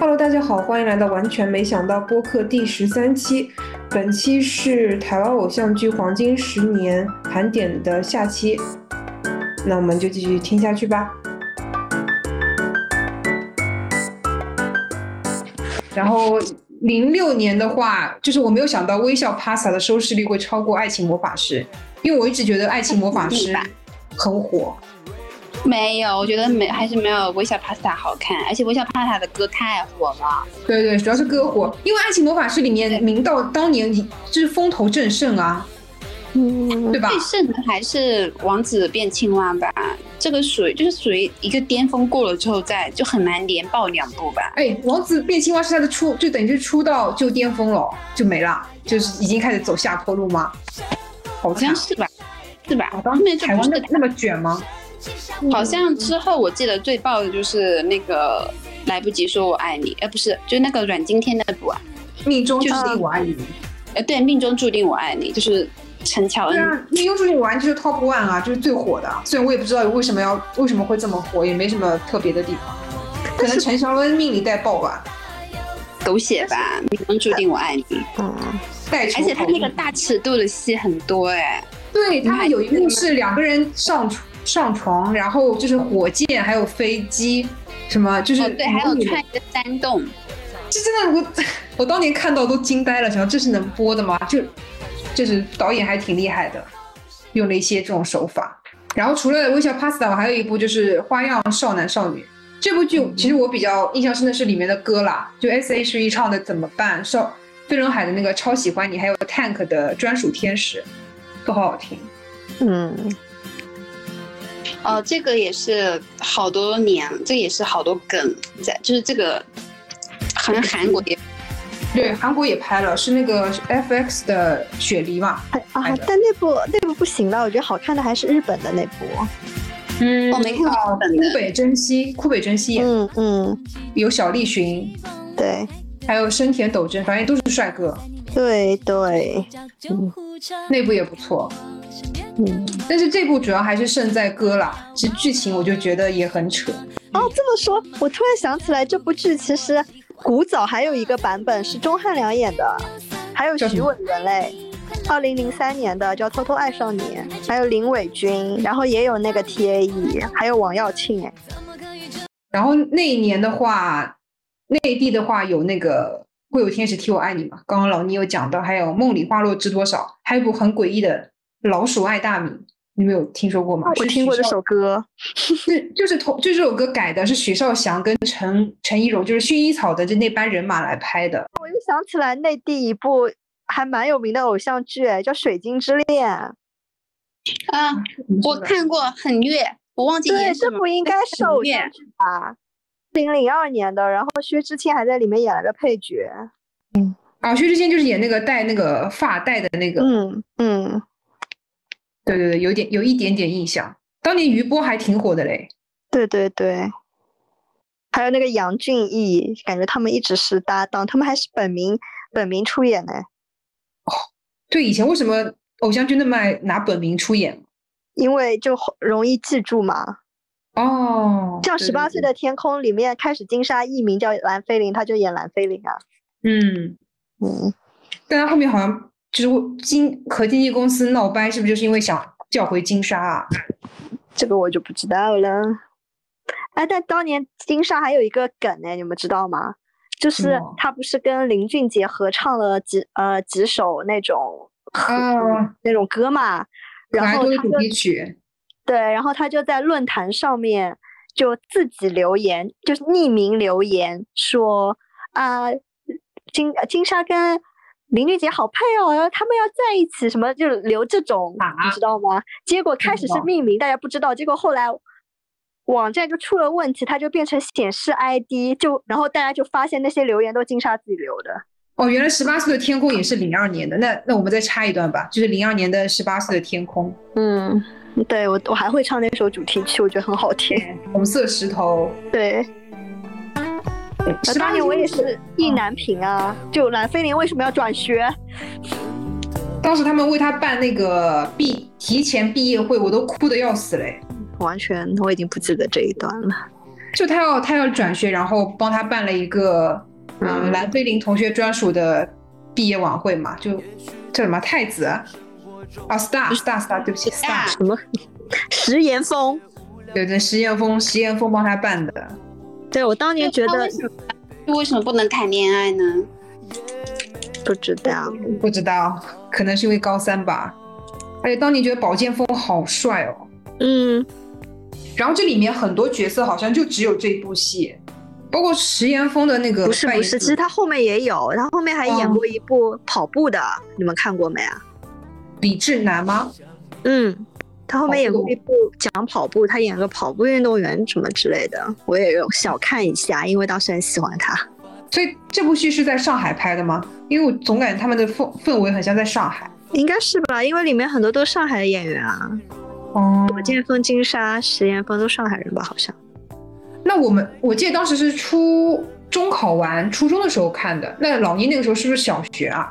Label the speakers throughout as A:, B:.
A: Hello，大家好，欢迎来到完全没想到播客第十三期。本期是台湾偶像剧黄金十年盘点的下期，那我们就继续听下去吧。然后零六年的话，就是我没有想到《微笑 Pasta》的收视率会超过《爱情魔法师》，因为我一直觉得《爱情魔法师
B: 明白》
A: 很火。
B: 没有，我觉得没还是没有微笑 Pasta 好看，而且微笑 Pasta 的歌太火了。
A: 对对，主要是歌火，因为《爱情魔法师》里
B: 对
A: 面明道当年就是风头正盛啊，
B: 嗯
A: 对吧
B: 最盛的还是王子变青蛙吧，这个属于就是属于一个巅峰过了之后再就很难连爆两部吧。
A: 哎，王子变青蛙是他的出，就等于是出道就巅峰了，就没了，就是已经开始走下坡路吗？好
B: 好像
A: 像
B: 是吧，是吧？
A: 好
B: 后
A: 像
B: 面就
A: 台
B: 不
A: 湾
B: 是
A: 那那么卷吗？
B: 好像之后我记得最爆的就是那个来不及说我爱你，哎、不是，就是那个阮经天那部啊，
A: 命中注
B: 就是
A: 定我爱你。
B: 呃，对，命中注定我爱你，就是陈乔
A: 对
B: 恩。
A: 啊，命中注定我爱你就是 top one 啊，就是最火的。虽然我也不知道为什么要为什么会这么火，也没什么特别的地方，可能陈乔恩命里带爆吧，
B: 狗血吧，命中注定我爱你。
C: 嗯，
A: 带球
B: 而且他那个
A: 头
B: 大尺度的戏很多哎、
A: 对他
B: 还
A: 们有一
B: 记得
A: 幕
B: 吗
A: 是两个人上床上床，然后就是火箭还有飞机。什么就是、
B: 哦对，还有穿一个山洞，
A: 这真的我我当年看到都惊呆了，想这是能播的吗？就就是导演还挺厉害的，用了一些这种手法。然后除了《微笑 Pasta》，我还有一部就是《花样少男少女》这部
B: 嗯
A: 剧，其实我比较印象深的是里面的歌啦，就 S.H.E 唱的《怎么办》，少飞轮海的那个《超喜欢你》，还有 Tank 的《专属天使》，都好好听。
C: 嗯，
B: 哦，这个也是好多年，这也是好多梗在，就是这个，好像韩国也
A: 对，韩国也拍了，是那个 F.X 的雪梨嘛？
C: 还
A: 拍
C: 啊
A: 的，
C: 但那部那部不行吧？我觉得好看的还是日本的那部。
A: 嗯
B: 我哦没看过本
A: 酷
C: 哦
B: 的，
A: 北真希，酷北真希演的
C: 嗯嗯，
A: 有小栗旬，
C: 对
A: 还有深田斗真，反正都是帅哥，
C: 对对，嗯
A: 那部也不错。
C: 嗯。
A: 但是这部主要还是胜在歌啦，其实剧情我就觉得也很扯。
C: 哦，这么说，我突然想起来，这部剧其实古早还有一个版本是钟汉良演的，还有
A: 叫什
C: 徐
A: 么
C: 伟伦嘞。二零零三年的叫《偷偷爱上你》，还有林伟君，然后也有那个 T A E，还有王耀庆，哎，
A: 然后那一年的话，内地的话有那个《会有天使替我爱你》嘛，刚刚老倪有讲到，还有《梦里花落知多少》，还有一部很诡异的《老鼠爱大米》，你们有听说过吗？
C: 我
A: 哦是
C: 听过
A: 许
C: 这
A: 绍
C: 首歌。
A: 是就是同就这首歌改的，是许绍祥跟陈陈怡蓉，就是薰衣草的这那班人马来拍的。
C: 我又想起来内地一部还蛮有名的偶像剧，哎，叫《水晶之恋》。
B: 啊，
A: 你说
B: 我
A: 的
B: 看过很虐，我忘记
C: 对，
B: 演什
C: 这
B: 么
C: 部应该是偶
B: 很
C: 像
B: 虐
C: 剧吧？零零二年的，然后薛之谦还在里面演了个配角。
A: 啊，薛之谦就是演那个戴那个发带的那个，
C: 嗯嗯，
A: 对对对，有点有一点点印象。当年余波还挺火的嘞，
C: 对对对，还有那个杨俊逸，感觉他们一直是搭档，他们还是本名本名出演呢，
A: 对，以前为什么偶像剧那么爱拿本名出演？
C: 因为就好容易记住嘛。
A: 哦，
C: 像《
A: 对
C: 十八岁，的天空》里面开始金莎艺名叫蓝菲林，她就演蓝菲林啊。
A: 对对嗯，
C: 嗯，
A: 但他后面好像就是经和经纪公司闹掰，是不是就是因为想叫回金莎啊？
C: 这个我就不知道了。哎，但当年金莎还有一个梗呢，你们知道吗？就
A: 什
C: 是
A: 么
C: 她不是跟林俊杰合唱了几呃几首那种合、
A: 啊
C: 那种歌嘛，
A: 可
C: 然
A: 爱
C: 后
A: 多的
C: 她
A: 主
C: 就
A: 题曲，
C: 对，然后他就在论坛上面就自己留言，就是匿名留言说啊、金金莎跟林俊杰好配哦，然后他们要在一起，什么就留这种，
A: 啊
C: 你知道吗？结果开
A: 知
C: 始是
A: 道
C: 匿名，大家不知道，结果后来。网站就出了问题，它就变成显示 ID，就然后大家就发现那些留言都金莎自己留的。
A: 哦，原来十八岁的天空也是零二年的，那那我们再插一段吧，就是零二年的十八岁的天空，
C: 嗯，对我我还会唱那首主题曲，我觉得很好听。
A: 红色石头，
C: 对，
A: 十八
C: 当年我也是意难平啊，就蓝菲林为什么要转学？
A: 当时他们为他办那个毕提前毕业会，我都哭的要死嘞。
C: 完全我已经不记得这一段了。
A: 就他要他要转学，然后帮他办了一个嗯蓝菲林同学专属的毕业晚会嘛，就叫什么太子啊啊 star star star，对不起 star，
C: 什么食盐风？
A: 对对，石岩峰石岩峰帮他办的，
C: 对我当年觉
B: 那
C: 得
B: 为什么为什么不能谈恋爱呢？
C: 不知道，
A: 不知道可能是因为高三吧。而且当年觉得宝剑锋好帅哦，
C: 嗯，
A: 然后这里面很多角色好像就只有这一部戏，包括石岩峰的那个
C: 不是
A: 扮
C: 不
A: 演
C: 是，其
A: 者
C: 实他后面也有，他后面还演
A: 哦
C: 过一部跑步的，你们看过没啊？
A: 李智男吗？
C: 嗯，他后
A: 跑
C: 面演过
A: 步
C: 一部讲跑步，他演个跑步运动员什么之类的，我也有小看一下，因为当时很喜欢他。
A: 所以这部戏是在上海拍的吗？因为我总感觉他们的氛氛围很像在上海。
C: 应该是吧，因为里面很多都是上海的演员啊，
A: 哦
C: 左剑锋、金莎、石岩峰都上海人吧，好像。
A: 那我们我记得当时是初中考完初中的时候看的。那老倪那个时候是不是小学啊？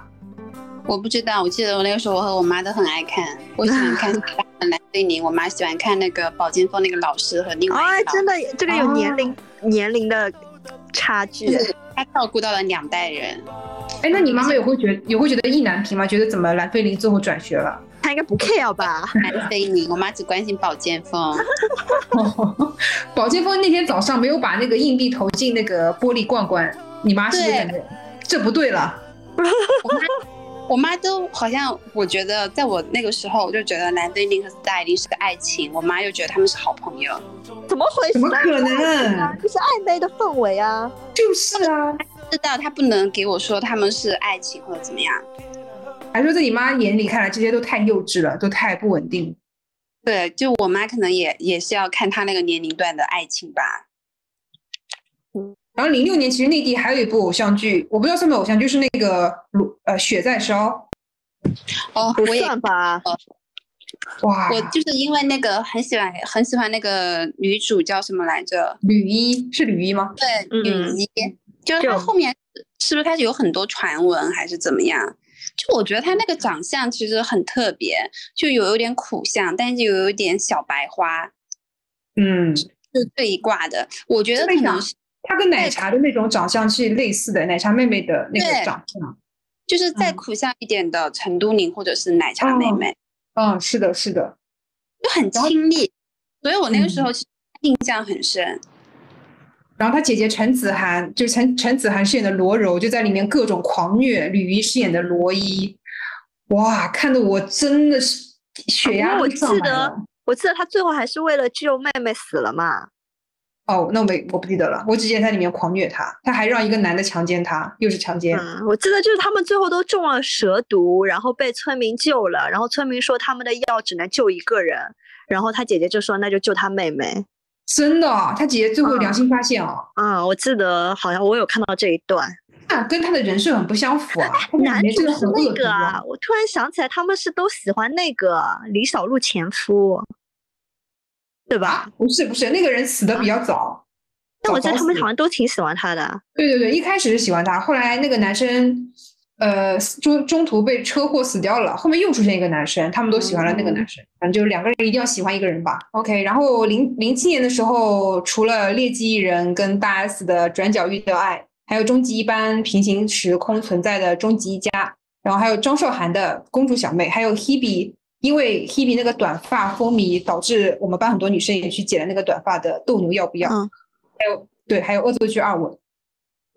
B: 我不知道，我记得我那个时候我和我妈都很爱看，我喜欢 看蓝对宁，我妈喜欢看那个宝剑锋那个老师和另外
C: 哎
B: 一，个老
C: 真
B: 师，
C: 的，这个有年龄、年龄的差距。
B: 他照顾到了两代人。
A: 哎，那你妈妈也会觉得也会觉得意难平吗？觉得怎么蓝菲林最后转学了？
C: 他应该不 care 吧？
B: 蓝对宁，我妈只关心宝剑锋。
A: 宝剑锋那天早上没有把那个硬币投进那个玻璃罐罐，你妈是不是
B: 对
A: 感觉这不对了？
B: 我妈都好像，我觉得在我那个时候，我就觉得蓝对宁和 star 一定是爱情，我妈又觉得他们是好朋友。
C: 怎么回事？
A: 怎么可能？
C: 就是暧昧的氛围啊！
A: 就是啊，
B: 知道她不能给我说他们是爱情或者怎么样。
A: 还说在你妈眼里看来这些都太幼稚了，都太不稳定了。
B: 对，就我妈可能也也是要看她那个年龄段的爱情吧。
A: 然后零六年其实内地还有一部偶像剧，我不知道算不算偶像剧，就是那个鲁呃《雪在烧
B: 哦，
C: 不
B: 我也
C: 算吧？》
A: 哇，
B: 我就是因为那个很喜欢很喜欢那个女主叫什么来着？
A: 吕一是吕一吗？
B: 对，
C: 嗯
B: 雨衣，就是她
C: 就
B: 后面是不是开始有很多传闻还是怎么样？就我觉得她那个长相其实很特别，就有有点苦相，但是又有一点小白花，
A: 嗯，
B: 就这一挂的。我觉得
A: 这么
B: 可能
A: 讲
B: 是
A: 她跟奶茶的那种长相是类似的，奶茶妹妹的那个
B: 对
A: 长相。
B: 就是再
A: 嗯
B: 苦相一点的陈都灵或者是奶茶妹
A: 哦
B: 妹，
A: 嗯，是的，是的。
B: 就很亲密。所以我那个时
A: 嗯
B: 候其实印象很深。
A: 然后她姐姐陈子涵，就是陈陈子涵饰演的罗柔，就在里面各种狂虐；吕一饰演的罗伊，哇，看得我真的是血压
C: 啊我
A: 都上
C: 记
A: 来
C: 得
A: 了。
C: 我记得他最后还是为了救妹妹死了嘛？
A: 哦，那我没我不记得了，我只记得在里面狂虐她，她还让一个男的强奸她，又是强奸。
C: 嗯，我记得就是他们最后都中了蛇毒，然后被村民救了，然后村民说他们的药只能救一个人，然后他姐姐就说那就救他妹妹。
A: 真的哦、他姐姐最后
C: 嗯
A: 良心发现哦，
C: 嗯，我记得好像我有看到这一段，
A: 那、跟他的人设很不相符啊。她在里
C: 嗯哎男
A: 面
C: 主
A: 真的
C: 是
A: 很恶
C: 那
A: 毒
C: 个
A: 啊
C: 啊，我突然想起来他们是都喜欢那个李小璐前夫，对吧？
A: 不是不是，那个人死的比较早。
C: 啊但我记得
A: 早
C: 他们
A: 早死
C: 好像都挺喜欢他的。
A: 对对对，一开始是喜欢他，后来那个男生，呃，中中途被车祸死掉了，后面又出现一个男生，他们都喜欢了那个男生，反正就是两个人一定要喜欢一个人吧。OK，然后零零七年的时候，除了劣迹艺人跟大 S 的《转角遇到爱》，还有终极一班平行时空存在的终极一家，然后还有张韶涵的《公主小妹》，还有 Hebe。因为 Hebe 那个短发风靡，导致我们班很多女生也去剪了那个短发的斗牛要不要？
C: 嗯
A: 还有对，还有恶作剧二吻，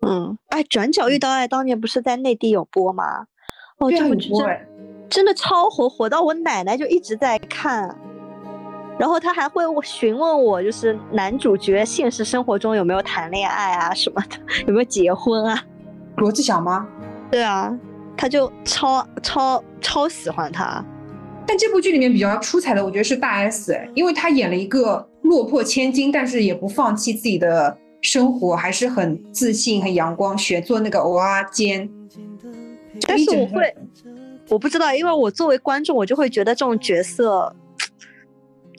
C: 嗯，哎，转角遇到爱当年不是在内地有播吗？哦，
A: 对
C: 这
A: 啊，
C: 部
A: 有
C: 剧
A: 播
C: 真
A: 哎
C: 真的超火，火到我奶奶就一直在看，然后她还会询问我，就是男主角现实生活中有没有谈恋爱啊什么的， 有没有结婚啊？
A: 罗志祥吗？
C: 对啊，她就超超超喜欢他。
A: 但这部剧里面比较出彩的，我觉得是大 S，哎因为她演了一个落魄千金，但是也不放弃自己的生活，还是很自信、很阳光，学做那个偶啊尖。
C: 但是我
A: 整个
C: 会，我不知道，因为我作为观众，我就会觉得这种角色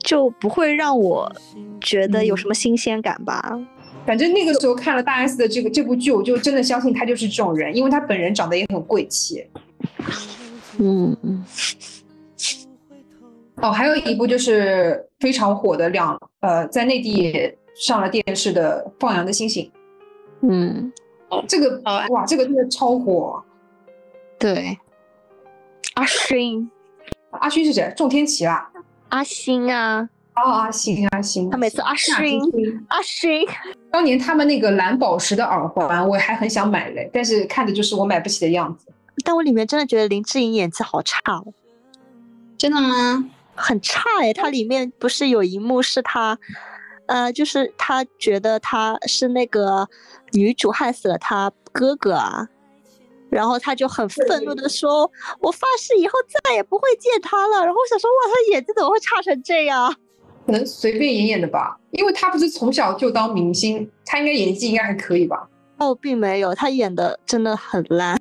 C: 就不会让我觉得有
A: 嗯
C: 什么新鲜感吧。
A: 反正那个时候看了大 S 的这个这部剧，我就真的相信她就是这种人，因为她本人长得也很贵气。
C: 嗯嗯。
A: 哦，还有一部就是非常火的两呃，在内地也上了电视的《放羊的星星
D: 嗯，》，
A: 这个
C: 哦
B: 好啊
A: 哇，这个真的超火。
D: 对，阿勋，
A: 阿勋是谁？仲天琪啦。
D: 阿星啊，
A: 哦，阿星，阿星，
D: 他每次阿
A: 夏之
D: 勋，阿勋，
A: 当年他们那个蓝宝石的耳环，我还很想买嘞，但是看着就是我买不起的样子。
C: 但我里面真的觉得林志颖演技好差哦，
B: 真的吗？
C: 很差哎、它里面不是有一幕是他，呃，就是他觉得他是那个女主害死了他哥哥啊，然后他就很愤怒的说：“我发誓以后再也不会见他了。”然后我想说，哇，他演技怎么会差成这样？
A: 可能随便演演的吧，因为他不是从小就当明星，他应该演技应该还可以吧。
C: 哦，并没有，他演的真的很烂。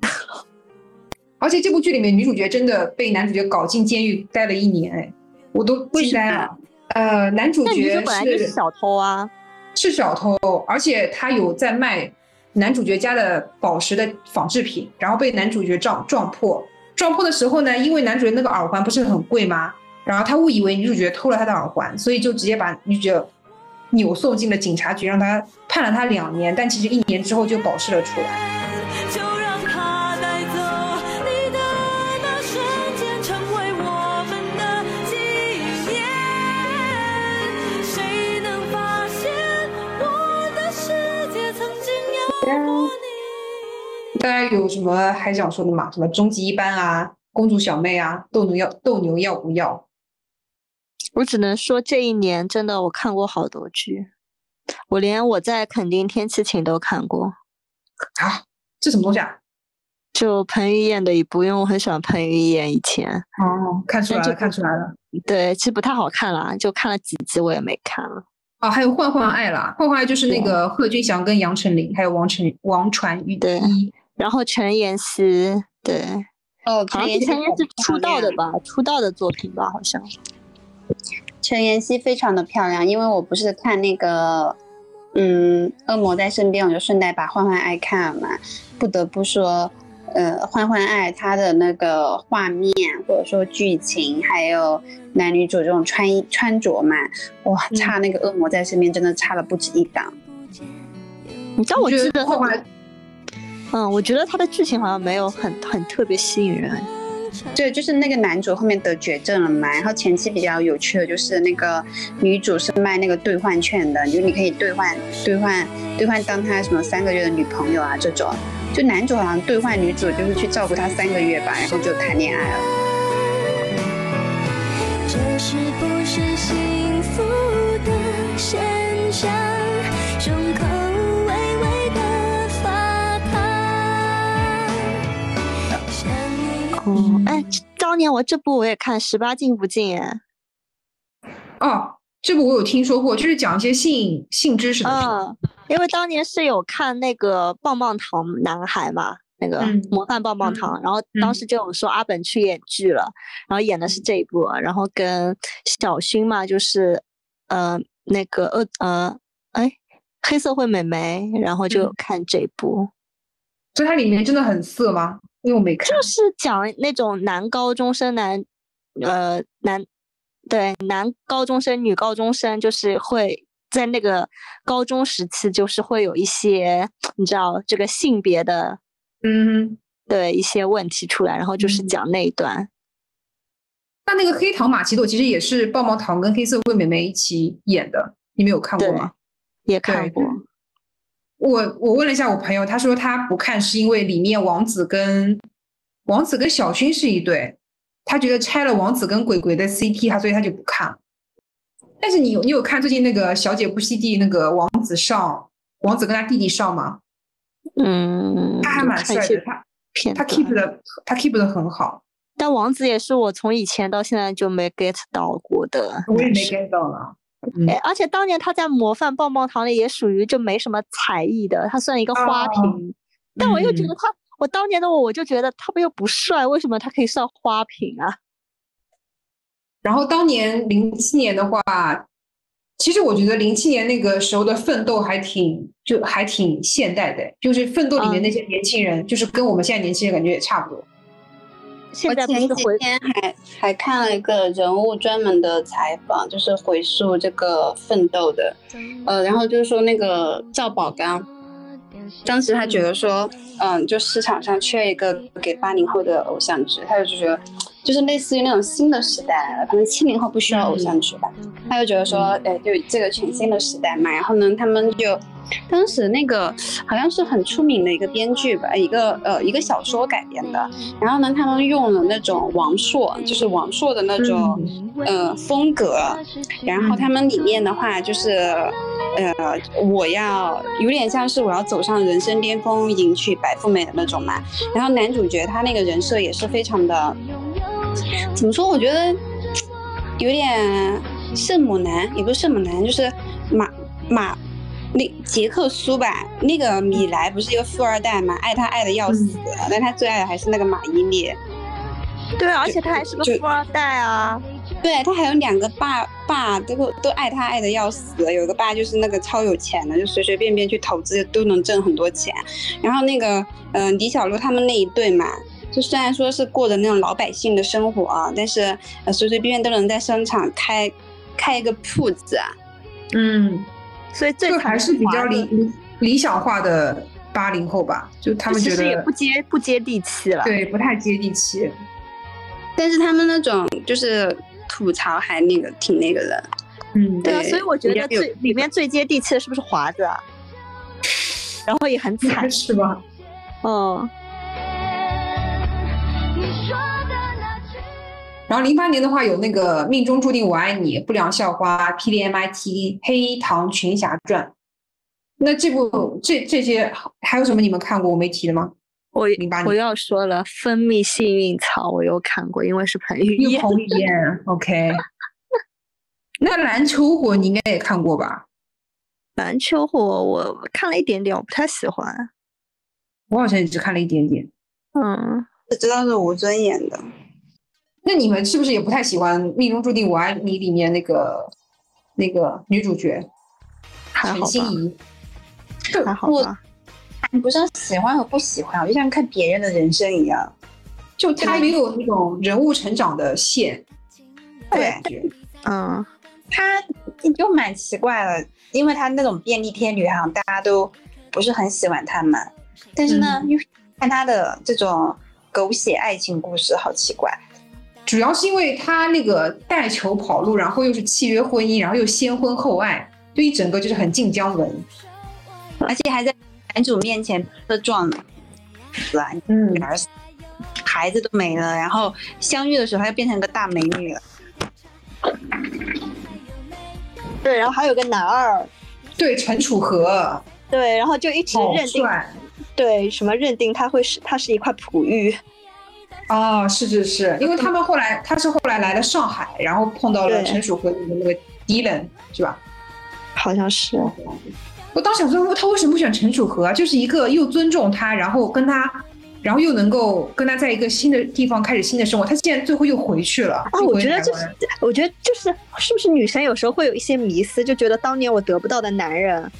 A: 而且这部剧里面女主角真的被男主角搞进监狱待了一年，哎，我都惊呆了。呃，男主
C: 那女主
A: 角
C: 本来就是小偷啊，
A: 是小偷，而且他有在卖男主角家的宝石的仿制品，然后被男主角撞撞破。撞破的时候呢，因为男主角那个耳环不是很贵吗？然后他误以为女主角偷了他的耳环，所以就直接把女主角扭送进了警察局，让他判了他两年，但其实一年之后就保释了出来。
E: 就让它带走你的那瞬间，成为我们的纪念。谁能发现我的世界曾经有过你？
A: 大家有什么还想说的吗？什么终极一班啊，公主小妹啊，斗牛要斗牛要不要？
C: 我只能说这一年真的我看过好多剧，我连我在垦丁天气晴都看过。
A: 啊，这什么东西啊？
C: 就彭于晏的一部，因为我很喜欢彭于晏。以前
A: 哦，看出来
C: 那这
A: 了，
C: 部
A: 看出来了。
C: 对，其实不太好看啦，就看了几集我也没看了。
A: 啊，还有换换爱啦，换换爱就是那个贺军翔跟杨丞琳，还有王晨王传玉
C: 对
B: 嗯
C: 然后陈妍希，对，
B: 哦，
C: 好
B: 陈
C: 像
B: 妍希
C: 陈妍希
B: 很
C: 出
B: 漂
C: 道的
B: 亮？
C: 吧，出道的作品吧，好像。
B: 陈妍希非常的漂亮，因为我不是看那个，嗯，《恶魔在身边》，我就顺带把《换换爱》看了嘛。不得不说，呃，《换换爱》它的那个画面，或者说剧情，还有男女主这种穿衣穿着嘛，哇，
A: 嗯
B: 差那个《恶魔在身边》真的差了不止一档。
C: 你知道，我
A: 觉
C: 记得
A: 换换
C: 他，
A: 爱
C: 嗯，我觉得他的剧情好像没有很很特别吸引人。
B: 对，就是那个男主后面得绝症了嘛，然后前期比较有趣的就是那个女主是卖那个兑换券的，就你可以兑换兑换兑换当他什么三个月的女朋友啊这种，就男主好像兑换女主就是去照顾她三个月吧，然后就谈恋爱了。
E: 这是不是幸福的现象？胸口微微的发烫。想你
C: 哦，哎，当年我这部我也看，十八禁不禁哎。
A: 哦，这部我有听说过，就是讲一些性性知识的事。
C: 嗯，因为当年是有看那个棒棒糖男孩嘛，那个
A: 嗯
C: 模范棒棒
A: 嗯
C: 糖，然后当
A: 嗯
C: 时就有说阿本去演剧了，然后演的是这一部，然后跟小薰嘛，就是呃那个呃呃哎黑社会美眉，然后就
A: 嗯
C: 看这一部，
A: 所以它里面真的很色吗？因为我没看。
C: 就是讲那种男高中生男呃男对男高中生女高中生就是会在那个高中时期，就是会有一些你知道这个性别的
A: 嗯哼，
C: 的一些问题出来，然后就是
A: 嗯
C: 讲那一段。
A: 那那个黑糖玛奇朵其实也是棒棒糖跟黑社会美眉一起演的，你们有看过
C: 对
A: 吗？，
C: 也看
A: 对
C: 过。
A: 我我问了一下我朋友，他说他不看是因为里面王子跟王子跟小薰是一对，他觉得拆了王子跟鬼鬼的 CP，他所以他就不看了。但是你有你有看最近那个《小姐不吸地》那个王子上王子跟他弟弟上吗？
C: 嗯，
A: 他还
C: 就
A: 蛮
C: 看一
A: 帅
C: 些
A: 的，他
C: 片
A: 他
C: 段。
A: keep 的他 keep 的很好，
C: 但王子也是我从以前到现在就没 get 到过的。
A: 我也没 get 到呢。嗯
C: 哎，而且当年他在模范棒棒糖里也属于就没什么才艺的，他算一个花
A: 哦
C: 瓶。但我又觉
A: 嗯
C: 得他，我当年的我，我就觉得他们又不帅，为什么他可以算花瓶啊？
A: 然后当年零七年的话，其实我觉得零七年那个时候的奋斗还挺就还挺现代的，就是奋斗里面
C: 嗯
A: 那些年轻人，就是跟我们现在年轻人感觉也差不多。
C: 现在
B: 我
C: 不是
B: 前几
C: 回
B: 天还还看了一个人物专门的采访，就是回溯这个奋斗的，呃，然后就是说那个赵宝刚，当时他觉得说，嗯、就市场上缺一个给八零后的偶像剧，他就觉得就是类似于那种新的时代来了，可能七零后不需要偶像剧吧，
E: 嗯
B: 他就觉得说，哎，就这个全新的时代嘛，然后呢，他们就。当时那个好像是很出名的一个编剧吧，一个呃一个小说改编的，然后呢，他们用了那种王朔，就是王朔的那种、呃风格，然后他们里面的话就是呃，我要有点像是我要走上人生巅峰，迎娶白富美的那种嘛。然后男主角他那个人设也是非常的，怎么说？我觉得有点圣母男，也不是圣母男，就是马马。那杰克苏吧，那个米莱不是一个富二代嘛，爱他爱的要死，但他最爱的还是那个马伊琍。
C: 对，啊而且他还是个
B: 就
C: 富二代啊，
B: 对他还有两个爸爸都都爱他爱的要死，有一个爸就是那个超有钱的，就随随便便去投资都能挣很多钱。然后那个嗯、呃李小璐他们那一对嘛，就虽然说是过着那种老百姓的生活啊，但是呃随随便便都能在商场开开一个铺子啊。
A: 嗯，
C: 所以最
A: 就还是比较
C: 才华
A: 理
C: 的
A: 理理想化的八零后吧，就他们
C: 其
A: 觉
C: 实也
A: 得
C: 不接不接地气了。
A: 对不太接地气。
B: 但是他们那种就是吐槽还那个挺那个的，
A: 嗯，
C: 对啊，
B: 对
C: 所以我觉
B: 比
C: 得
B: 较有
C: 最里面最接地气的是不是华子啊？然后也很
A: 应
C: 惨
A: 该，是吧？
C: 嗯，
A: 然后零八年的话有那个《命中注定我爱你》《不良校花》《PDMIT》《黑糖群侠传》。那这部这这些还有什么你们看过我没提的吗？
C: 我
A: 08
C: 我
A: 年
C: 又要说了，《蜂蜜幸运草》我又看过，因为是彭于
A: 又
C: 晏。
A: 彭于晏，OK。那篮球火你应该也看过吧？
C: 篮球火我看了一点点，我不太喜欢。
A: 我好像也只看了一点点。
C: 嗯，
B: 只知道是吴尊演的。
A: 那你们是不是也不太喜欢《命中注定我爱你》里面那个那个女主角
C: 还好
A: 陈心
C: 吧，
A: 怡？
C: 还好
B: 我
C: 吧。
B: 不是喜欢和不喜欢，我就像看别人的人生一样。
A: 就她没有那种人物成长的线，
B: 对
A: 感觉
C: 嗯，
B: 他又蛮奇怪的，因为他那种便利贴女行，大家都不是很喜欢他们。但是
A: 嗯
B: 呢，又看他的这种狗血爱情故事，好奇怪。
A: 主要是因为她那个带球跑路，然后又是契约婚姻，然后又先婚后爱，就一整个就是很近江文。
B: 而且还在男主面前车撞了，死了，
A: 嗯
B: 女儿死孩子都没了，然后相遇的时候，她就变成个大美女了。
C: 对，然后还有个男二，
A: 对，陈楚河
C: 对，然后就一直
A: 好
C: 认定，
A: 帅
C: 对，什么认定他会是他是一块璞玉，
A: 哦，是是是，因为他们后来他是后来来了上海，然后碰到了
C: 对
A: 陈楚河里的那个敌人，是吧？
C: 好像是。啊
A: 我当时想说，他为什么不选陈楚河啊？就是一个又尊重他，然后跟他，然后又能够跟他在一个新的地方开始新的生活。他竟然最后又回去了。
C: 啊，
A: 又
C: 我
A: 回
C: 觉得
A: 台
C: 就
A: 湾
C: 是，我觉得就是，是不是女生有时候会有一些迷思，就觉得当年我得不到的男人，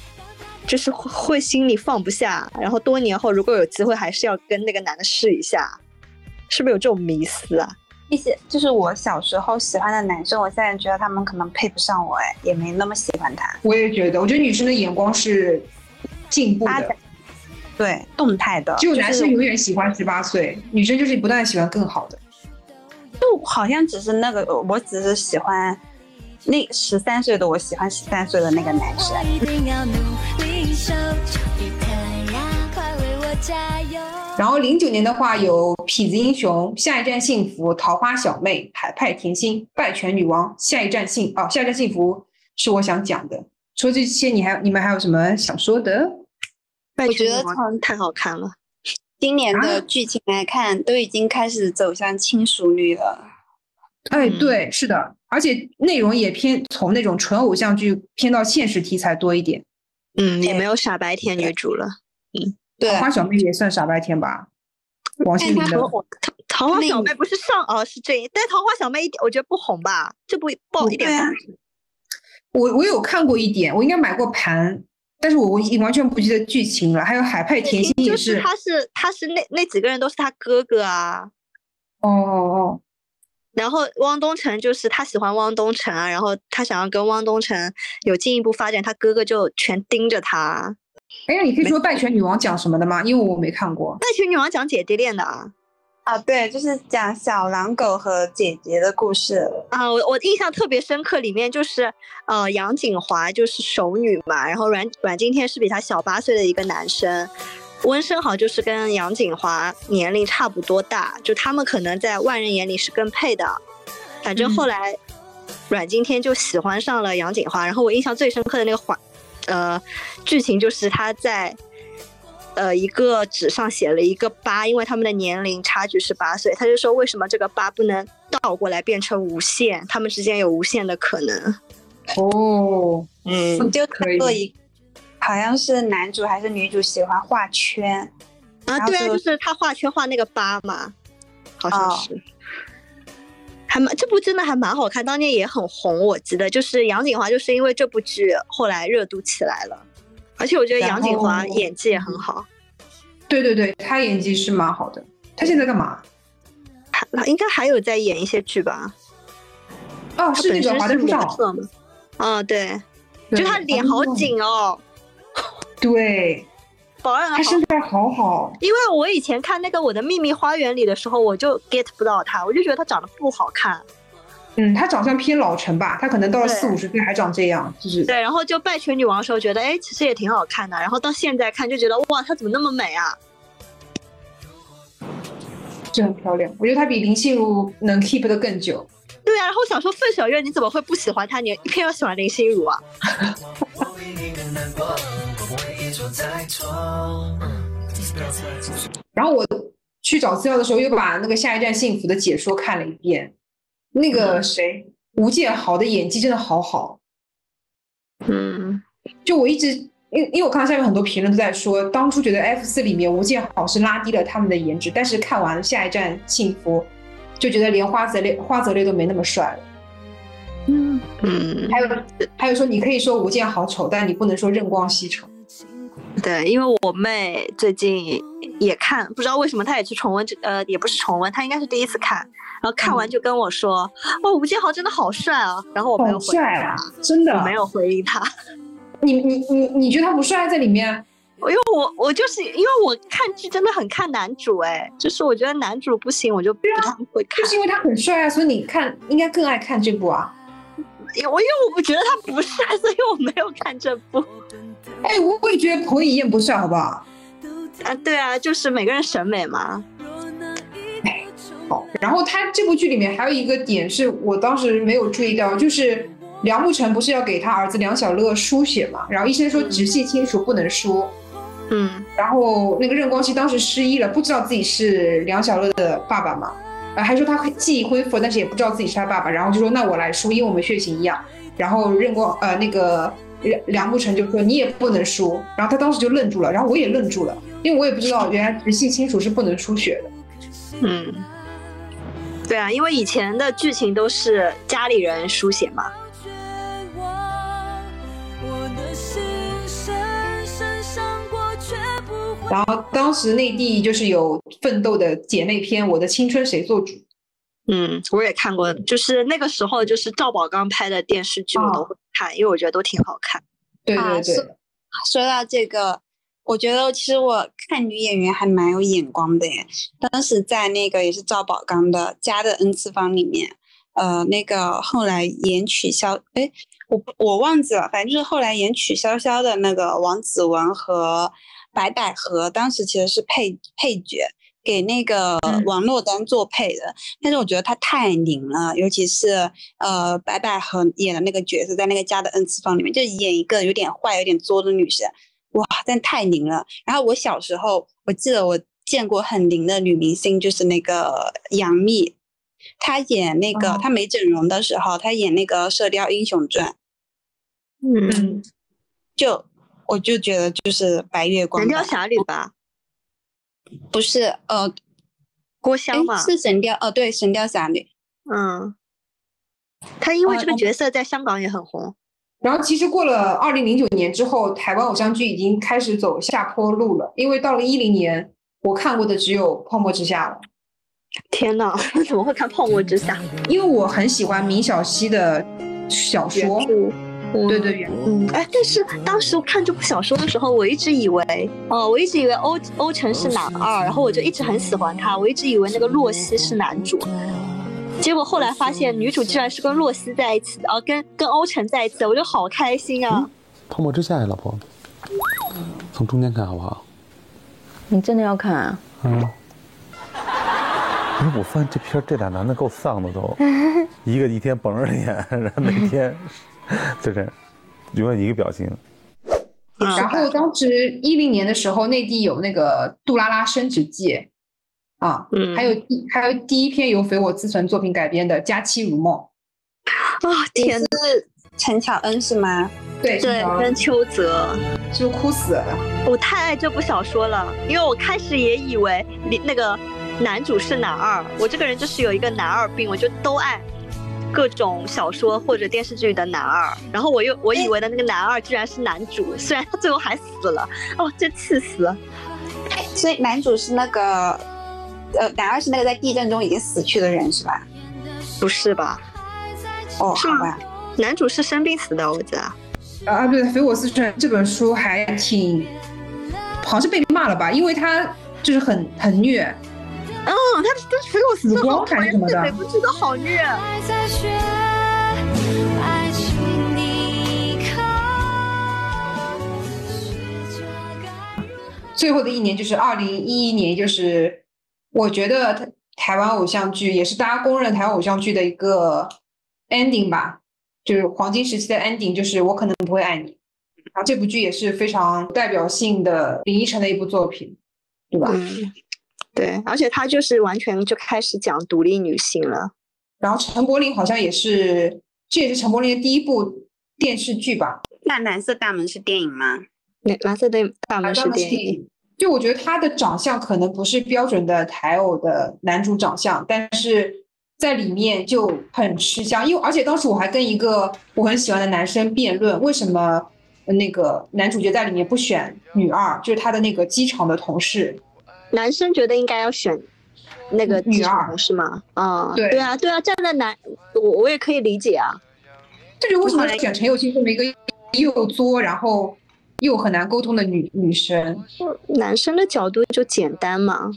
C: 就是会会心里放不下，然后多年后如果有机会，还是要跟那个男的试一下，是不是有这种迷思啊？
B: 一些就是我小时候喜欢的男生，我现在觉得他们可能配不上我，哎，也没那么喜欢他。
A: 我也觉得，我觉得女生的眼光是进步
B: 发
A: 的
B: 展，对，动态的，
A: 只有
B: 啊就
A: 男
B: 是
A: 生永远喜欢十八岁，女生就是不断地喜欢更好的。
B: 就好像只是那个，我只是喜欢那十三岁的，我喜欢十三岁的那个男生。
E: 一定要努力守住一颗呀，快为我加油！
A: 然后零九年的话有《痞子英雄》《下一站幸福》《桃花小妹》《海派甜心》《拜权女王》《下一站幸》哦，《下一站幸福》是我想讲的。除了这些，你还你们还有什么想说的？
C: 我
B: 我觉得
C: 太好看了，
B: 今年
A: 啊
B: 的剧情来看，都已经开始走向轻熟女了。
A: 哎，
D: 嗯
A: 对，是的，而且内容也偏从那种纯偶像剧偏到现实题材多一点。
C: 嗯，也
B: 对
C: 没有傻白甜女主了。
B: 对
A: 桃花小妹也算傻白甜吧？王心凌
B: 但
A: 的
B: 她
C: 桃桃花
B: 那
C: 小
B: 你
C: 妹不是上哦是这一，但桃花小妹一点我觉得不红吧，这不爆一点
B: 对啊
C: 吧。
A: 我我有看过一点，我应该买过盘，但是我我已完全不记得剧情了。还有海派甜心也，
C: 就是他是他是那那几个人都是他哥哥啊，
A: 哦哦
C: 然后汪东城就是他喜欢汪东城啊，然后他想要跟汪东城有进一步发展，他哥哥就全盯着他。
A: 哦，哎，那你可以说《拜权女王》讲什么的吗？因为我没看过。
C: 那群女王讲姐弟恋的啊
B: 啊，对，就是讲小狼狗和姐姐的故事。
C: 啊，我我印象特别深刻，里面就是呃杨锦华就是熟女嘛，然后阮阮经天是比他小八岁的一个男生，温升豪就是跟杨锦华年龄差不多大，就他们可能在外人眼里是更配的。反正后来阮经天就喜欢上了杨锦华，然后我印象最深刻的那个环呃剧情就是他在。呃，一个纸上写了一个八，因为他们的年龄差距是八岁，他就说为什么这个八不能倒过来变成无限，他们之间有无限的可能。
A: 哦，
B: 我
C: 嗯
B: 就
A: 可
B: 看过
A: 以
B: 一，好像是男主还是女主喜欢画圈，
C: 啊，对啊，就是他画圈画那个八嘛，好像
B: 哦
C: 是。还蛮这部真的还蛮好看，当年也很红，我记得就是杨锦华就是因为这部剧后来热度起来了，而且我觉得
A: 然
C: 杨锦华
A: 后
C: 演技也很好，
A: 对对对，她演技是蛮好的。她现在干嘛？
C: 还应该还有在演一些剧吧？
A: 哦，
C: 她
A: 是那
C: 本
A: 个
C: 身
A: 华灯
C: 是
A: 初
C: 模
A: 上，
C: 特嘛？啊，对，
A: 对
C: 就她脸好。紧哦，
A: 对，
C: 保养的
A: 她
C: 好
A: 身材好好。
C: 因为我以前看那个《我的秘密花园》里的时候，我就 get 不到她，我就觉得她长得不好看。
A: 嗯，她长相偏老成吧，她可能到了
C: 对
A: 四五十岁还长这样，就是
C: 对，然后就拜权女王的时候觉得，哎，其实也挺好看的。然后到现在看就觉得，哇，她怎么那么美啊？
A: 是很漂亮。我觉得她比林心如能 keep 的更久。
C: 对啊，然后想说范晓月你怎么会不喜欢她，你偏要喜欢林心如啊？
F: 我唯一的难过，我唯一就在错。
A: 然后我去找资料的时候，又把那个《下一站幸福》的解说看了一遍。那个谁，吴建豪的演技真的好好。
C: 嗯，
A: 就我一直，因因为我看到下面很多评论都在说，当初觉得 F 四里面吴建豪是拉低了他们的颜值，但是看完《下一站幸福》，就觉得连花泽类花泽类都没那么帅了。
C: 嗯，
A: 还有还有说，你可以说吴建豪丑，但你不能说任光熙丑。
C: 对，因为我妹最近也看，不知道为什么她也去重温这，呃，也不是重温，她应该是第一次看，然后看完就跟我说，哇、吴建豪真的好帅啊！然后我没有
A: 好
C: 回应
A: 帅
C: 她
A: 啊，！真的
C: 我没有回应她，
A: 你你你你觉得他不帅在里面？
C: 因为我我就是因为我看剧真的很看男主哎、就是我觉得男主不行，我就不太会看
A: 就。是因为他很帅啊，所以你看应该更爱看这部啊。
C: 因为我因为我觉得他不帅，所以我没有看这部。
A: 哎，我我也觉得彭于晏不帅，好不好？
C: 啊，对啊，就是每个人审美嘛。
A: 好。然后他这部剧里面还有一个点是我当时没有注意到，就是梁慕辰不是要给他儿子梁小乐输血嘛，然后医生说直系亲属不能输，
C: 嗯，
A: 然后那个任光熙当时失忆了，不知道自己是梁小乐的爸爸嘛，呃，还说他记忆恢复，但是也不知道自己是他爸爸，然后就说那我来输，因为我们血型一样。然后任光呃那个梁梁不成就说你也不能输，然后他当时就愣住了，然后我也愣住了，因为我也不知道原来直系亲属是不能输血的。
C: 嗯，对啊，因为以前的剧情都是家里人书写嘛。
E: 绝望，我的心深深伤过，却不会
A: 然后当时内地就是有奋斗的姐妹篇《我的青春谁做主》，
C: 嗯，我也看过，就是那个时候就是赵宝刚拍的电视剧，我都会看，因为我觉得都挺好看。
A: 对
B: 啊
A: 对对，
B: 是说到这个，我觉得其实我看女演员还蛮有眼光的耶。当时在那个也是赵宝刚的《家的 n 次方》里面，呃，那个后来演取消，哎，我不我忘记了，反正就是后来演曲筱绡的那个王子文和白百合，当时其实是配配角。给那个王珞丹做配的，但是我觉得她太拧了，尤其是呃白百合演的那个角色，在那个《家的 n 次方》里面，就演一个有点坏、有点作的女生，哇，但太拧了。然后我小时候，我记得我见过很灵的女明星，就是那个杨幂，她演那个、
A: 哦
B: 她没整容的时候，她演那个《射雕英雄传》，
C: 嗯，
A: 嗯，
B: 就我就觉得就是白月光
C: 神雕
B: 吧，
C: 侠侣吧，
B: 不是呃，
C: 郭
B: 哎
C: 襄嘛，
B: 是神雕哦，对，《神雕侠侣》
C: 嗯，他因为
B: 呃
C: 这个
B: 我
C: 角色在香港也很红。
A: 然后其实过了二零零九年之后，台湾偶像剧已经开始走下坡路了，因为到了一零年，我看过的只有《泡沫之夏》了。
C: 天哪，我 怎么会看《碰我之夏》？
A: 因为我很喜欢米小溪的小说，对对原
C: 嗯，哎，但是当时我看这部小说的时候，我一直以为，哦，我一直以为欧欧辰是男二，然后我就一直很喜欢他，我一直以为那个洛熙是男主，结果后来发现女主居然是跟洛熙在一起的，哦、跟跟欧辰在一起的，我就好开心啊！
G: 泡沫之夏呀，老婆，从中间看好不好？
H: 你真的要看啊？
G: 嗯，
I: 不是，我发现这片儿这俩男的够丧的都， 一个一天绷着脸，然后每天 就这样，永远一个表情。
A: 然后当时一零年的时候，内地有那个《杜拉拉升职记》啊，
C: 嗯
A: 还有第还有第一篇由肥我自存作品改编的《佳期如梦》，
C: 啊、
A: 嗯
C: 天哪，
B: 是陈乔恩是吗？
A: 对
C: 对，跟邱泽，
A: 是不是哭死了？
C: 我太爱这部小说了，因为我开始也以为里那个男主是男二，我这个人就是有一个男二病，我就都爱各种小说或者电视剧里的男二。然后我又我以为的那个男二居然是男主，虽然他最后还死了，哦，真气死了！
B: 所以男主是那个，呃，男二是那个在地震中已经死去的人是吧？
C: 不是吧？
B: 哦，
C: 是
B: 好
C: 吗
B: 吧，
C: 男主是生病死的，我记得。
A: 啊，不对，《肥我自传》这本书还挺，好像是被骂了吧，因为他就是很很虐，
C: 嗯，他他死我死
A: 死光还是什么的
C: 每部剧都好虐。
E: 还在学，爱情你看，试着该如何？
A: 最后的一年就是二零一一年，就是我觉得台台湾偶像剧也是大家公认台湾偶像剧的一个 ending 吧，就是黄金时期的 ending，就是我可能不会爱你。然后这部剧也是非常代表性的林依晨的一部作品，对吧？
C: 嗯，对，而且他就是完全就开始讲独立女性了。
A: 然后陈柏霖好像也是，这也是陈柏霖的第一部电视剧吧？
B: 那蓝色大门是电影吗？
C: 蓝蓝色的大门
A: 好
C: 是
A: 像
C: 电影。
A: 就我觉得他的长相可能不是标准的台偶的男主长相，但是在里面就很吃香。因为而且当时我还跟一个我很喜欢的男生辩论，为什么那个男主角在里面不选女二，就是他的那个机场的同事。
C: 男生觉得应该要选那个
A: 女
C: 机场
A: 二
C: 同事吗？啊、
A: 对
C: 对啊，对啊，站在男，我我也可以理解啊。
A: 这就是为什么选陈友清这么一个又作然后又很难沟通的女女生。
C: 男生的角度就简单嘛，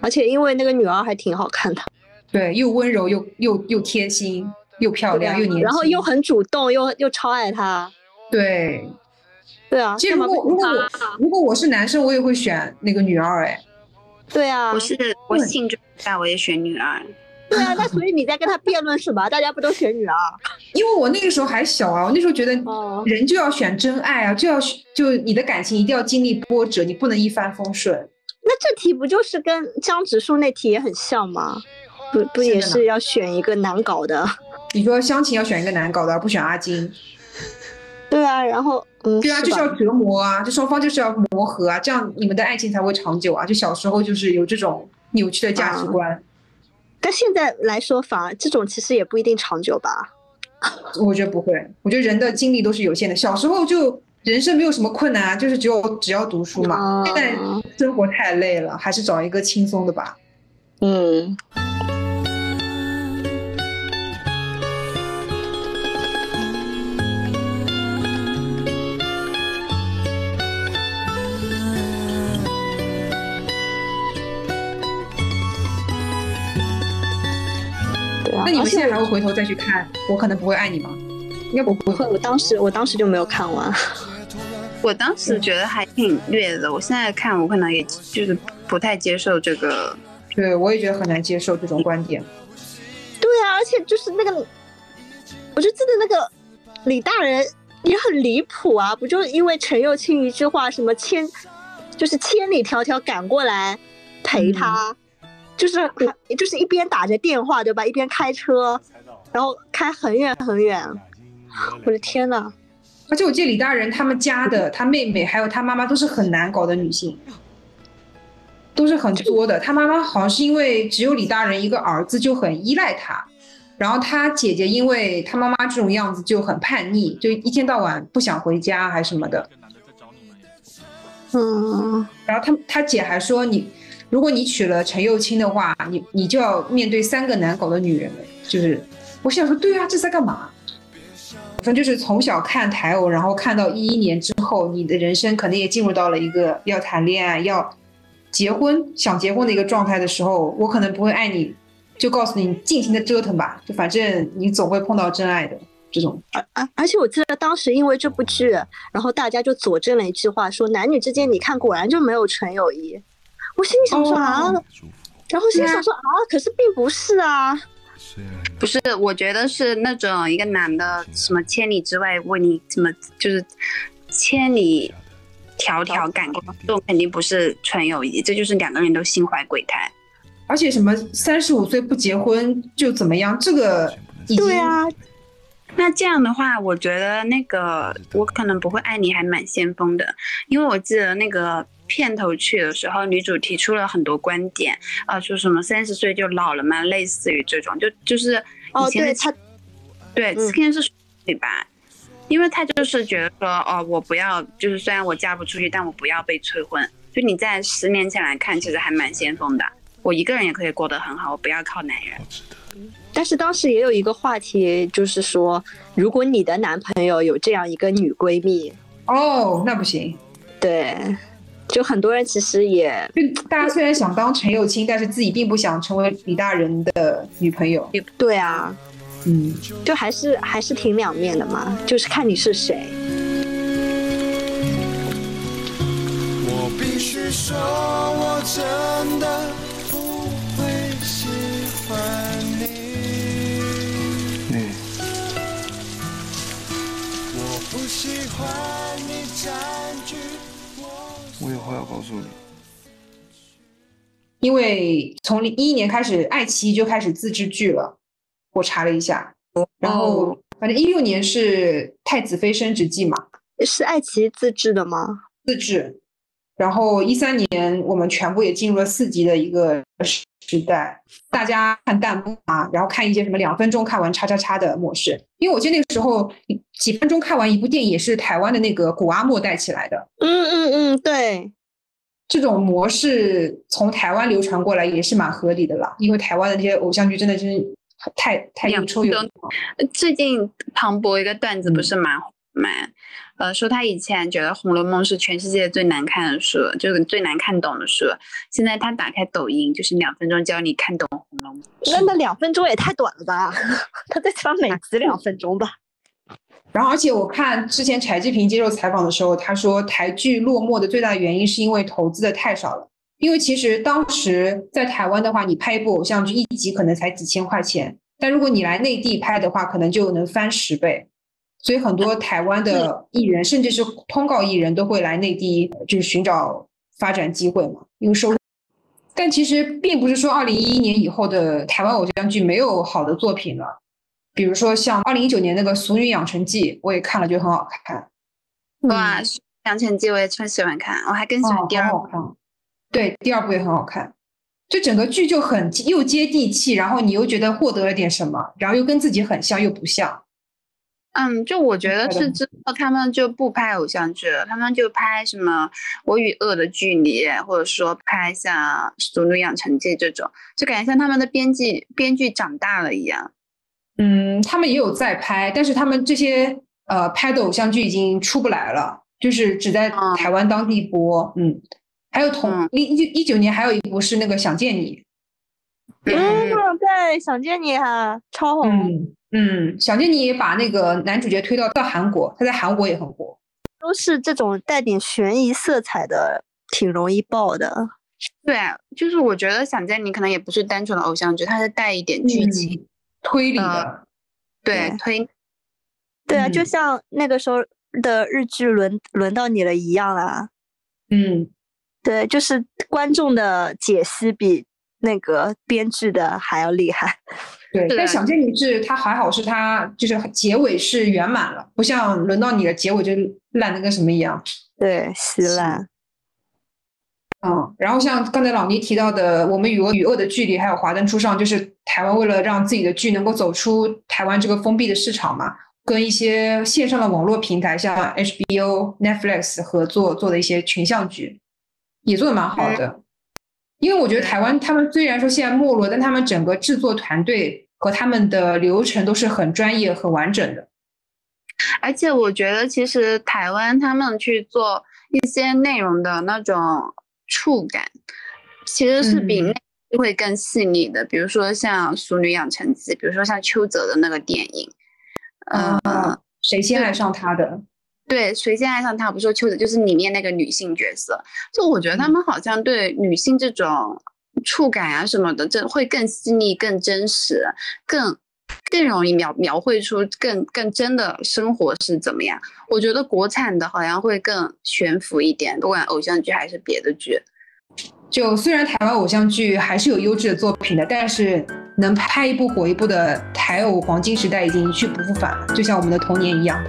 C: 而且因为那个女二还挺好看的，
A: 对，又温柔又又又贴心，又漂亮又年轻，
C: 啊然后又很主动，又又超爱他。
A: 对。
C: 对啊，
A: 其实
C: 干
A: 如
C: 嘛
A: 果
C: 不
A: 如
C: 选
A: 果
C: 他
A: 我如果我是男生，我也会选那个女二哎。
C: 对啊
B: 我，是我兴致不大，我也选女二。
C: 对啊，那所以你在跟他辩论什么？ 大家不都选女二？
A: 因为我那个时候还小啊，我那时候觉得
C: 哦
A: 人就要选真爱啊，就要选就你的感情一定要经历波折，你不能一帆风顺。
C: 那这题不就是跟江直树那题也很像吗？不不
A: 是
C: 也
A: 的
C: 是要选一个难搞的？
A: 你说相亲要选一个难搞的，而不选阿金，
C: 对啊，然后嗯，
A: 对啊，
C: 是
A: 就是
C: 吧
A: 要折磨啊，这双方就是要磨合啊，这样你们的爱情才会长久啊。就小时候就是有这种扭曲的价值
C: 啊
A: 观，
C: 但现在来说，反而这种其实也不一定长久吧。
A: 我觉得不会，我觉得人的精力都是有限的。小时候就人生没有什么困难啊，就是只有只要读书嘛。现在
C: 嗯
A: 生活太累了，还是找一个轻松的吧。
C: 嗯，对啊。
A: 那你们
C: 而且
A: 现在还会回头再去看《我可能不会爱你》吗？应该不
C: 不
A: 会
C: 会，我当时我当时就没有看完。
B: 我当时觉得还挺虐的，我现在看我可能也就是不太接受这个。
A: 对，我也觉得很难接受这种观点。
C: 对啊，而且就是那个，我就记得那个李大人也很离谱啊，不就因为陈幼卿一句话什么千，就是千里迢迢赶过来
A: 嗯
C: 陪他，就是还就是一边打着电话对吧，一边开车，然后开很远很远，我的天呐，
A: 而且我记得李大人他们家的他妹妹还有他妈妈都是很难搞的女性，都是很作的。他妈妈好像是因为只有李大人一个儿子就很依赖他，然后他姐姐因为他妈妈这种样子就很叛逆，就一天到晚不想回家还什么的。
C: 嗯，
A: 然后他他姐还说你，如果你娶了陈幼卿的话，你你就要面对三个难搞的女人了。就是我想说，对啊，这是在干嘛？反正就是从小看台偶，然后看到一一年之后，你的人生可能也进入到了一个要谈恋爱、要结婚、想结婚的一个状态的时候，我可能不会爱你，就告诉你你尽情的折腾吧，就反正你总会碰到真爱的这种。
C: 而而且我记得当时因为这部剧，然后大家就佐证了一句话，说男女之间你看果然就没有纯友谊。我心里想说啊，然后心里想说啊，可是并不是啊。
B: 不是，我觉得是那种一个男的什么千里之外为你什么，就是千里迢迢赶过来，这种肯定不是纯友谊，这就是两个人都心怀鬼胎。
A: 而且什么三十五岁不结婚就怎么样，这个已经
B: 对啊，那这样的话，我觉得那个我可能不会爱你还蛮先锋的，因为我记得那个片头曲的时候，女主提出了很多观点啊，说什么三十岁就老了嘛，类似于这种，就就是
C: 哦
B: 以前的
C: 对她
B: 对，
C: 嗯
B: 应该是对吧？因为她就是觉得说，哦，我不要，就是虽然我嫁不出去，但我不要被催婚。就你在十年前来看，其实还蛮先锋的。我一个人也可以过得很好，我不要靠男人。
C: 但是当时也有一个话题，就是说，如果你的男朋友有这样一个女闺蜜，
A: 哦，那不行。
C: 对，就很多人其实也
A: 就大家虽然想当陈友卿，但是自己并不想成为李大人的女朋友。
C: 对啊，
A: 嗯，
C: 就还是还是挺两面的嘛，就是看你是谁。
F: 我必须说，我真的不会喜欢你。
G: 嗯，
F: 我不喜欢你占据
G: 我有话要告诉你。
A: 因为从零一一年开始，爱奇艺就开始自制剧了，我查了一下，然后反正一六年是《太子妃升职记》嘛，
C: 是爱奇艺自制的吗？
A: 自制，然后一三年我们全部也进入了四级的一个时代，大家看弹幕啊，然后看一些什么两分钟看完叉叉叉的模式，因为我记得那个时候几分钟看完一部电影也是台湾的那个古阿莫带起来的，
C: 嗯嗯嗯，对，
A: 这种模式从台湾流传过来也是蛮合理的啦，因为台湾的那些偶像剧真的是太太有出有入了
B: 最近庞博一个段子不
A: 嗯
B: 是蛮蛮，呃，说他以前觉得《红楼梦》是全世界最难看的书，就是最难看懂的书。现在他打开抖音，就是两分钟教你看懂《红楼梦》。
C: 那那两分钟也太短了 吧？他最起码每集两分钟吧？
A: 然后，而且我看之前柴智屏接受采访的时候，他说台剧落寞的最大原因是因为投资的太少了。因为其实当时在台湾的话，你拍一部偶像剧一集可能才几千块钱，但如果你来内地拍的话，可能就能翻十倍。所以很多台湾的艺人，甚至是通告艺人，都会来内地就是寻找发展机会嘛，因为收入。但其实并不是说二零一一年以后的台湾偶像剧没有好的作品了。比如说像二零一九年那个《俗女养成记》，我也看了，觉得很好看，
B: 哇，《杨成记》我也超喜欢看，我还更喜
A: 嗯哦
B: 欢第二
A: 很
B: 部。
A: 好看。对，第二部也很好看，就整个剧就很又接地气，然后你又觉得获得了点什么，然后又跟自己很像又不像。
B: 嗯，就我觉得
A: 对的
B: 是之后他们就不拍偶像剧了，他们就拍什么《我与恶的距离》，或者说拍像《俗女养成记》这种，就感觉像他们的编剧编剧长大了一样。
A: 嗯，他们也有在拍，但是他们这些呃拍的偶像剧已经出不来了，就是只在
B: 嗯
A: 台湾当地播。嗯，还有同
B: 嗯
A: 一一九年还有一部是那个《想见你》，
B: 嗯，
C: 对，想见你哈，超
B: 哦
C: 红，
A: 嗯嗯，《想见你》也把那个男主角推到到韩国，他在韩国也很火。
C: 都是这种带点悬疑色彩的，挺容易爆的。
B: 对，就是我觉得《想见你》可能也不是单纯的偶像剧，它是带一点剧
A: 嗯、
B: 情，
A: 啊推理的。
B: 呃对
C: 对
B: 推
C: 对啊，就
A: 嗯
C: 像那个时候的日剧轮轮到你了一样啦。
A: 嗯，
C: 对，就是观众的解析比那个编剧的还要厉害。
A: 对。啊
B: 是
A: 但
B: 的
A: 想见你是它还好，是它就是结尾是圆满了，不像轮到你的结尾就烂的跟什么一样。
C: 对，稀烂。
A: 嗯，然后像刚才老倪提到的，我们与恶与恶的距离，还有华灯初上，就是台湾为了让自己的剧能够走出台湾这个封闭的市场嘛，跟一些线上的网络平台，像 HBO、Netflix 合作做的一些群像剧，也做的蛮好的。因为我觉得台湾他们虽然说现在没落，但他们整个制作团队和他们的流程都是很专业、很完整的。
B: 而且我觉得，其实台湾他们去做一些内容的那种触感，其实是比内地会更细腻的。比如说像《俗女养成记》，比如说像邱泽的那个电影，呃，
A: 嗯谁先爱上他的？
B: 对，谁先爱上他？不是说邱泽，就是里面那个女性角色。就我觉得他们好像对女性这种触感啊什么的，这会更细腻、更真实、更更容易描描绘出更更真的生活是怎么样。我觉得国产的好像会更悬浮一点，不管偶像剧还是别的剧。
A: 就虽然台湾偶像剧还是有优质的作品的，但是能拍一部火一部的台偶黄金时代已经一去不复返了，就像我们的童年一样。